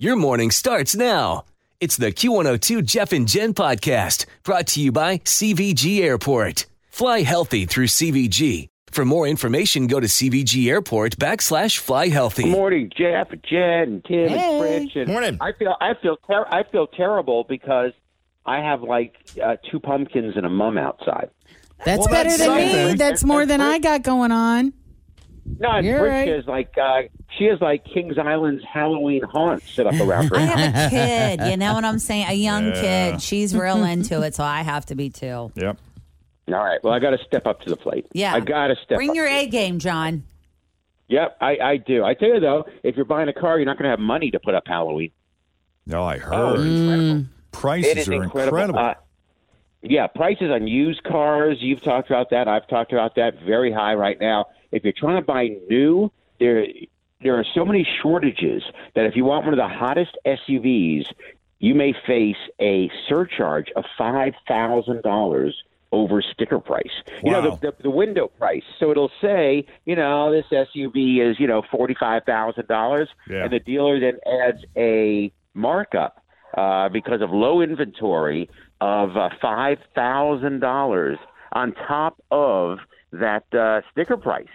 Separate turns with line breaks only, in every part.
Your morning starts now. It's the Q102 Jeff and Jen podcast brought to you by CVG Airport. Fly healthy through CVG. For more information, go to CVG Airport backslash fly
Good
healthy.
morning, Jeff, Jed, and Tim,
Hey.
and Fritz. And
Morning.
I feel I feel ter- I feel terrible because I have like uh, two pumpkins and a mum outside.
That's
Well,
better
that's
than me.
something.
That's more than I got going on.
No, and
You're
Fritz
right.
is like uh, she is like Kings Island's Halloween haunt set up around
I
her.
have a kid. You know what I'm saying? A young kid. She's real into it, so I have to be too.
Yep.
All right, well I got to step up to the plate.
Yeah.
I got to step.
Bring
up.
your A game, John.
Yep, I, I do. I tell you though, if you're buying a car, you're not going to have money to put up Halloween.
Oh, I heard.
Oh, it's incredible.
Prices
It is
are incredible.
Uh, yeah, prices on used cars, you've talked about that. I've talked about that very high right now. If you're trying to buy new, there there are so many shortages that if you want one of the hottest SUVs, you may face a surcharge of $5,000 over sticker price. You know,
Wow.
the, the, the window price. So it'll say, you know, this SUV is, you know, $45,000
Yeah.
and the dealer then adds a markup uh, because of low inventory of uh, five thousand dollars on top of that uh, sticker price.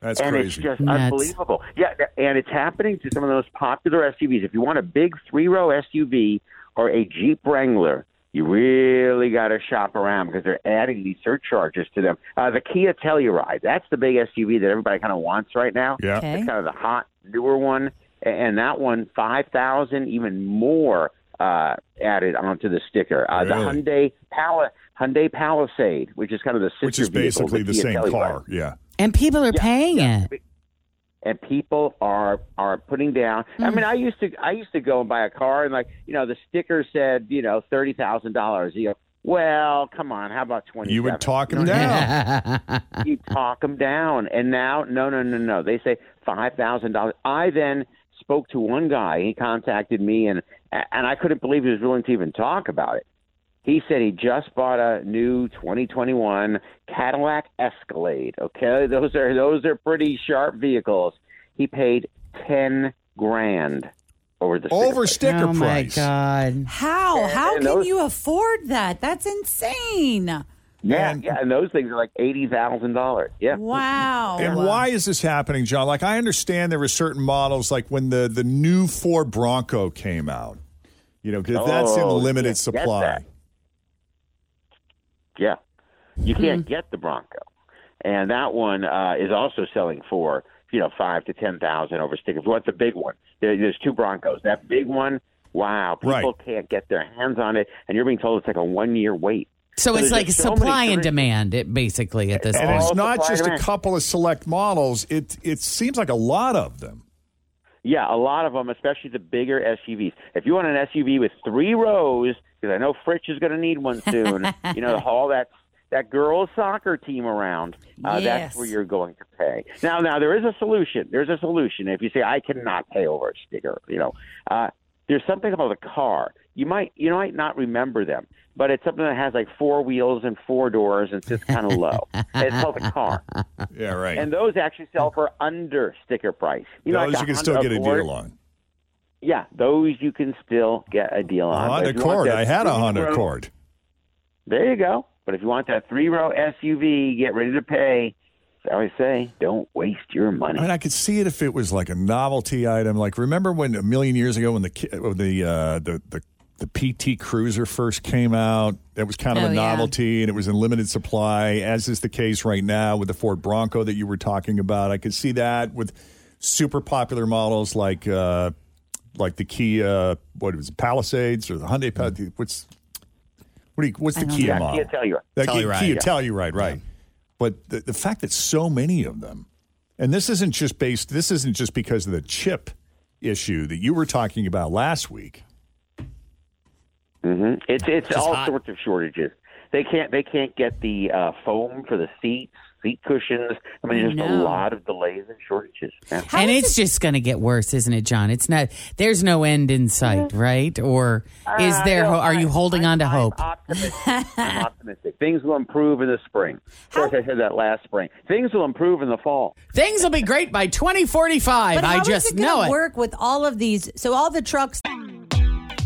That's
and
crazy.
it's just
Nuts.
unbelievable. Yeah, and it's happening to some of the most popular SUVs. If you want a big three-row SUV or a Jeep Wrangler, you really got to shop around because they're adding these surcharges to them. Uh, the Kia Telluride, that's the big SUV that everybody kind of wants right now.
yeah.
Okay.
It's kind of the hot newer one, a- and that one five thousand, even more uh, added onto the sticker. Uh, The
Really?
Hyundai Pal- Hyundai Palisade, which is kind of the sister
Which is
vehicle to
basically the
Kia
same
Telluride.
car. Yeah.
And people are paying it.
and people are are putting down. I mean, I used to I used to go and buy a car, and like you know, the sticker said you know thirty thousand dollars. You go, well, come on, how about twenty?
You would talk them down.
you talk them down. And now, no, no, no, no. They say five thousand dollars. I then spoke to one guy. He contacted me, and and I couldn't believe he was willing to even talk about it. He said he just bought a new 2021 Cadillac Escalade. Okay, those are those are pretty sharp vehicles. He paid ten grand over the sticker
Over
price.
sticker
oh
price.
my god!
How? How
and
can
those-
you afford that? That's insane.
Yeah,
And-
yeah, and those things are like eighty thousand dollars. Yeah.
Wow.
And why is this happening, John? Like, I understand there were certain models, like when the, the new Ford Bronco came out, you know, 'cause that's in
Oh,
limited
yeah, get
supply.
that. Yeah. You can't get the Bronco. And that one uh, is also selling for, you know, five to 10,000 over stickers. What's the big one? There, there's two Broncos. That big one, wow, people
Right.
can't get their hands on it. And you're being told it's like a one year wait.
So
But
it's
there's
like
just so many
supply and
choices.
demand, it basically at this
And
point.
All
it's not
supply
just a
demand.
couple of select models, it, it seems like a lot of them.
Yeah, a lot of them, especially the bigger SUVs. If you want an SUV with three rows, because I know Fritch is going to need one soon, you know, all that that girls soccer team around, uh,
Yes.
that's where you're going to pay. Now, now there is a solution. There's a solution. If you say I cannot pay over a sticker, you know, uh, there's something about the car. You might you might not remember them, but it's something that has like four wheels and four doors, and it's just kind of low. it's called a car,
Yeah, right.
and those actually sell for under sticker price. You know,
Those
like
you can
Honda
still get a
Accord.
deal on.
Yeah, those you can still get a deal on.
Honda
But if Oh, you want
Accord.
that
I had a
three
Honda
row-
Accord.
There you go. But if you want that three row SUV, get ready to pay. I always say, don't waste your money.
I mean, I could see it if it was like a novelty item. Like, remember when a million years ago when the ki- when the uh, the the the PT Cruiser first came out. That was kind of
Oh,
a
yeah.
novelty, and it was in limited supply, as is the case right now with the Ford Bronco that you were talking about. I could see that with super popular models like uh, like the Kia, what was it, Palisades or the Hyundai? Pal-
Hmm.
What's what do you, what's the Kia
Yeah, Kia
model?
Telluride.
That
Telluride,
Kia, Kia
yeah.
Telluride, right? But the, the fact that so many of them, and this isn't just based, this isn't just because of the chip issue that you were talking about last week.
hmm It's it's
Just
all
hot.
sorts of shortages. They can't they can't get the uh, foam for the seats, seat cushions. I mean, there's a
No.
lot of delays and shortages. Yeah.
How
and
is
it's just going to get worse, isn't it, John? It's not. There's no end in sight, right? Or is
Uh,
there?
no,
ho- are you
I-
holding
I'm-
on to
I'm
hope?
Optimistic. I'm optimistic. Things will improve in the spring. Of course, I said that last spring. Things will improve in the fall.
Things will be great by 2045.
But how
I
is
just
it gonna
know it.
Work with all of these. So all the trucks.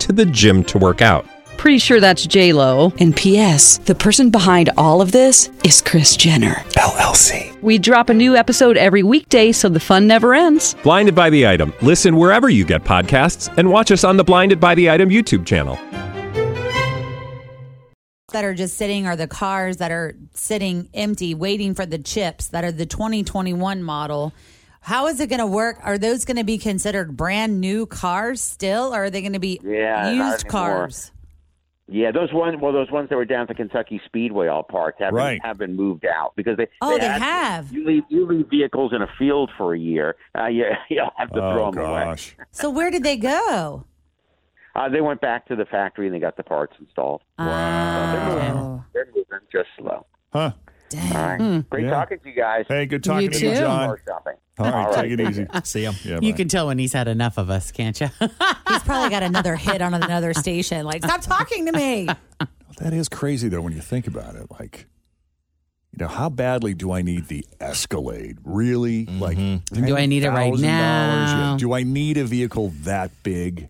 to the gym to work out.
Pretty sure that's J Lo.
And P.S. The person behind all of this is Chris Jenner.
LLC.
We drop a new episode every weekday, so the fun never ends.
Blinded by the item. Listen wherever you get podcasts, and watch us on the Blinded by the Item YouTube channel.
that are just sitting or the cars that are sitting empty waiting for the chips that are the 2021 model how is it going to work are those going to be considered brand new cars still or are they going to be
Yeah, not
used
anymore.
cars
Yeah, those ones. Well, those ones that were down at the Kentucky Speedway all parked have been,
Right.
have been moved out because they.
Oh, they
had-
have.
You leave you leave vehicles in a field for a year. Uh, you you'll have to throw
Oh
them away.
gosh.
so where did they go
Uh, they went back to the factory and they got the parts installed.
Oh. wow
They're moving just slow.
Huh.
All right.
Hmm.
Great
Yeah.
talking to you guys.
Hey, good talking to you,
too.
John.
Car shopping.
All right,
All right.
take it easy.
See him.
Yeah,
You
bye.
can tell when he's had enough of us, can't you?
he's probably got another hit on another station like stop talking to me
That is crazy though when you think about it. Like, you know, how badly do I need the Escalade? Really? Like,
Mm-hmm. Do I need it right
$10,000?
now?
Yeah. Do I need a vehicle that big?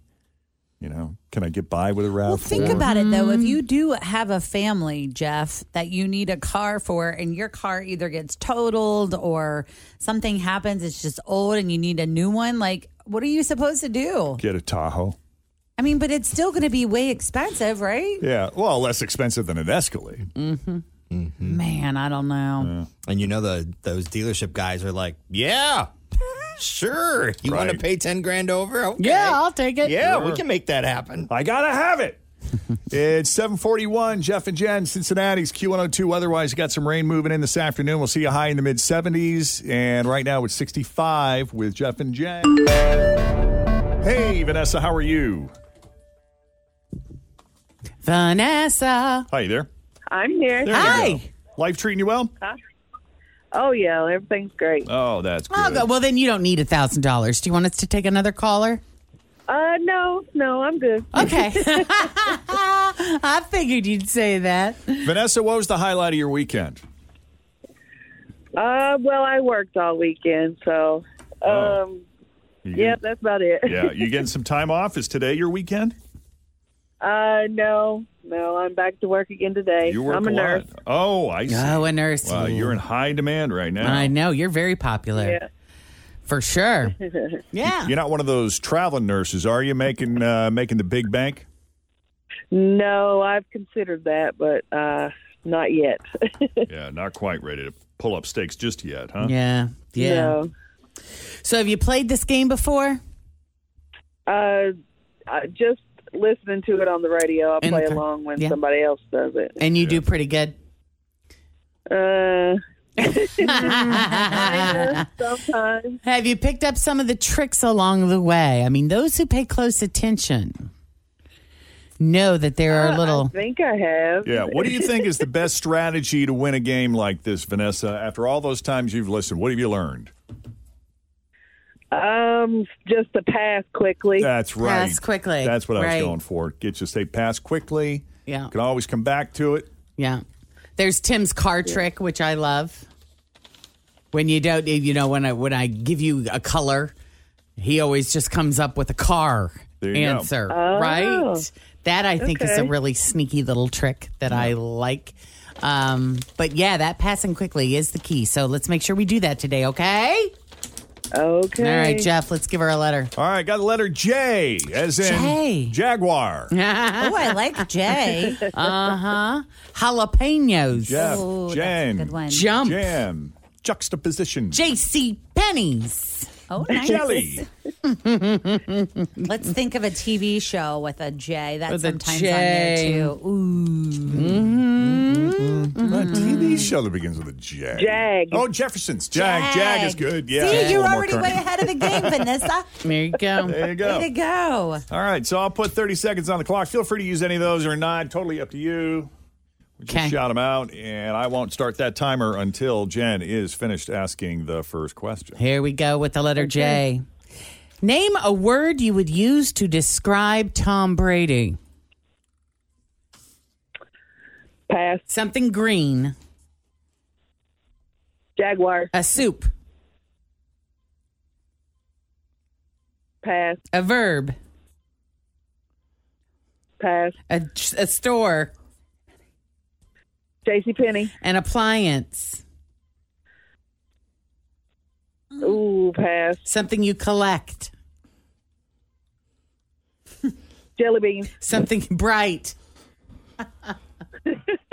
You know, can I get by with a Rav?
Well, think about it though.
Mm.
If you do have a family, Jeff, that you need a car for, and your car either gets totaled or something happens, it's just old and you need a new one, like, what are you supposed to do?
Get a Tahoe.
I mean, but it's still going to be way expensive, right?
Yeah, well, less expensive than an Escalade.
Man, I don't know.
And you know the those dealership guys are like, yeah, sure. You want to
Right.
pay ten grand over? Okay.
yeah, I'll take it.
Yeah, we can make that happen.
I gotta have it. it's 741, Jeff and Jen, Cincinnati's Q102. Otherwise, you got some rain moving in this afternoon. We'll see a high in the mid 70s. And right now it's 65 with Jeff and Jen. Hey, Vanessa, how are you?
Vanessa.
Hi there.
I'm here.
There you
Hi.
go. Life treating you well?
Oh yeah, everything's great.
Oh, that's good.
Oh, well, then you don't need a thousand dollars. Do you want us to take another caller?
Uh, no, no, I'm good.
Okay. I figured you'd say that.
Vanessa, what was the highlight of your weekend?
Uh, well, I worked all weekend, so um,
Oh. You
yeah,
getting-
that's about it.
yeah, you getting some time off? Is today your weekend?
Uh, no, no, I'm back to work again today.
You work
I'm a,
a lot.
nurse.
Oh, I see.
Oh, a nurse.
Wow, you're in high demand right now.
I know you're very popular
Yeah.
for sure. yeah.
You're not one of those traveling nurses, are you? Making uh, making the big bank?
No, I've considered that, but uh, not yet.
Yeah, not quite ready to pull up stakes just yet, huh?
Yeah. Yeah.
No.
So have you played this game before?
Uh, I just listening to it on the radio, I
And- uh,
play along when
yeah.
somebody else does it.
And you do pretty good.
Uh, sometimes.
Have you picked up some of the tricks along the way? I mean, those who pay close attention know that there
Ah.
are
I
little
think I have.
Yeah. What do you think is the best strategy to win a game like this, Vanessa? After all those times you've listened, what have you learned?
Um, just to pass quickly.
That's right.
Pass quickly.
That's what I
Right.
was going for. Get you to say pass quickly.
Yeah.
Can always come back to it.
Yeah. There's Tim's car trick, which I love. When you don't, you know, when I when I give you a color, he always just comes up with a car
There you go.
answer,
Oh.
right? That I think is a
Okay.
really sneaky little trick that I like. Um, but yeah, that passing quickly is the key. So let's make sure we do that today, okay?
Okay.
All right, Jeff, let's give her a letter.
All right, got the letter J, as in Jaguar.
oh,
I like J.
uh huh. Jalapenos.
Jeff, Ooh, Jen, that's a good one.
Jump.
Jam. Juxtaposition.
J.C. Pennies.
Oh, nice.
Jelly.
Let's think of a TV show with a J. That's
With a
sometimes
J.
on there too. Mm-hmm.
A TV show that begins with a J.
Jag.
Oh, Jefferson's. Jag. Jag, is good. Yeah. it's
See,
a
you're
little more
already
current.
way ahead of the game, Vanessa.
There you go.
There you go.
Way to go.
All right, so I'll put 30 seconds on the clock. Feel free to use any of those or not. Totally up to you. We just shout them out, and I won't start that timer until Jen is finished asking the first question.
Here we go with the letter J. Name a word you would use to describe Tom Brady.
Pass.
Something green.
Jaguar.
A soup.
Pass.
A verb.
Pass.
A, a store.
J.C. Penney.
An appliance.
Ooh, pass.
Something you collect.
Jelly beans.
Something bright.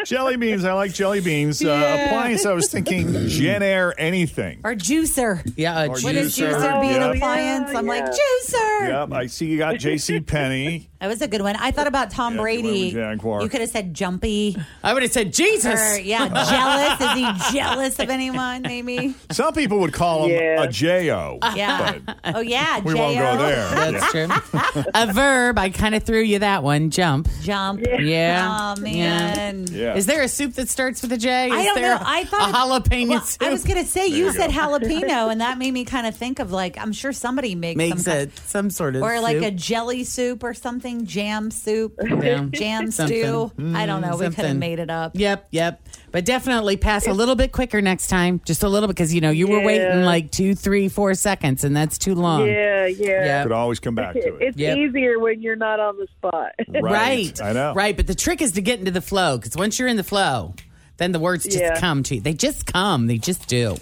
jelly beans. I like jelly beans. Uh, appliance, I was thinking Jen Air anything.
Or juicer.
Yeah, a
Or
Would a
juicer,
juicer be
yeah.
an appliance? I'm like, juicer.
Yep, I see you got J.C. Penny.
That was a good one. I thought about Tom
Yeah,
Brady.
Atlanta Jaguar.
You could have said jumpy.
I would have said
Or,
Jesus.
yeah, jealous. Is he jealous of anyone, maybe?
Some people would call him
Yeah.
a J.O.
Yeah.
but
Oh, yeah.
we won't
J.O.
go there.
That's true. a verb. I kind of threw you that one. Jump.
Jump.
Yeah.
Oh, man.
Yeah.
Is there a soup that starts with a J? Is
I don't
there
know. I thought
a jalapeno
well,
soup.
I was gonna say you,
you
said
go.
jalapeno, and that made me kind of think of like I'm sure somebody makes,
makes
some
it some sort of
kind, or like a
soup.
jelly soup or something, jam soup,
Yeah.
jam
Something. Mm-hmm.
stew. I don't know. we could have
something.
made it up.
Yep, yep. But definitely pass a little bit quicker next time. Just a little because you know you were
Yeah.
waiting like two, three, four seconds, and that's too long.
Yeah, Uh, yeah.
Yep.
Could always come back to it.
It's
Yep.
easier when you're not on the spot.
Right.
I know.
Right. But the trick is to get into the flow because once you're in the flow, then the words just
Yeah.
come to you. They just come. They just do.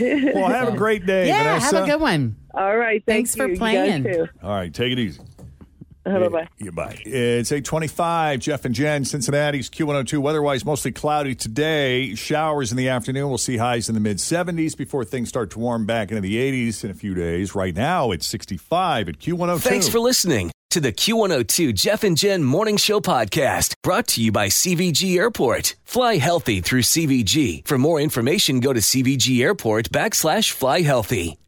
Well, have a great day,
yeah.
Vanessa.
Have a good one.
All right. Thank
Thanks for
you. You guys
playing.
too.
All right, take it easy.
Uh, Bye-bye.
Yeah, bye. It's 825, Jeff and Jen, Cincinnati's Q102. Weatherwise, mostly cloudy today. Showers in the afternoon. We'll see highs in the mid 70s before things start to warm back into the 80s in a few days. Right now, it's 65 at
Oh,
Q102.
Thanks for listening to the Q102 Jeff and Jen Morning Show Podcast, brought to you by CVG Airport. Fly healthy through CVG. For more information, go to CVG Airport backslash fly healthy.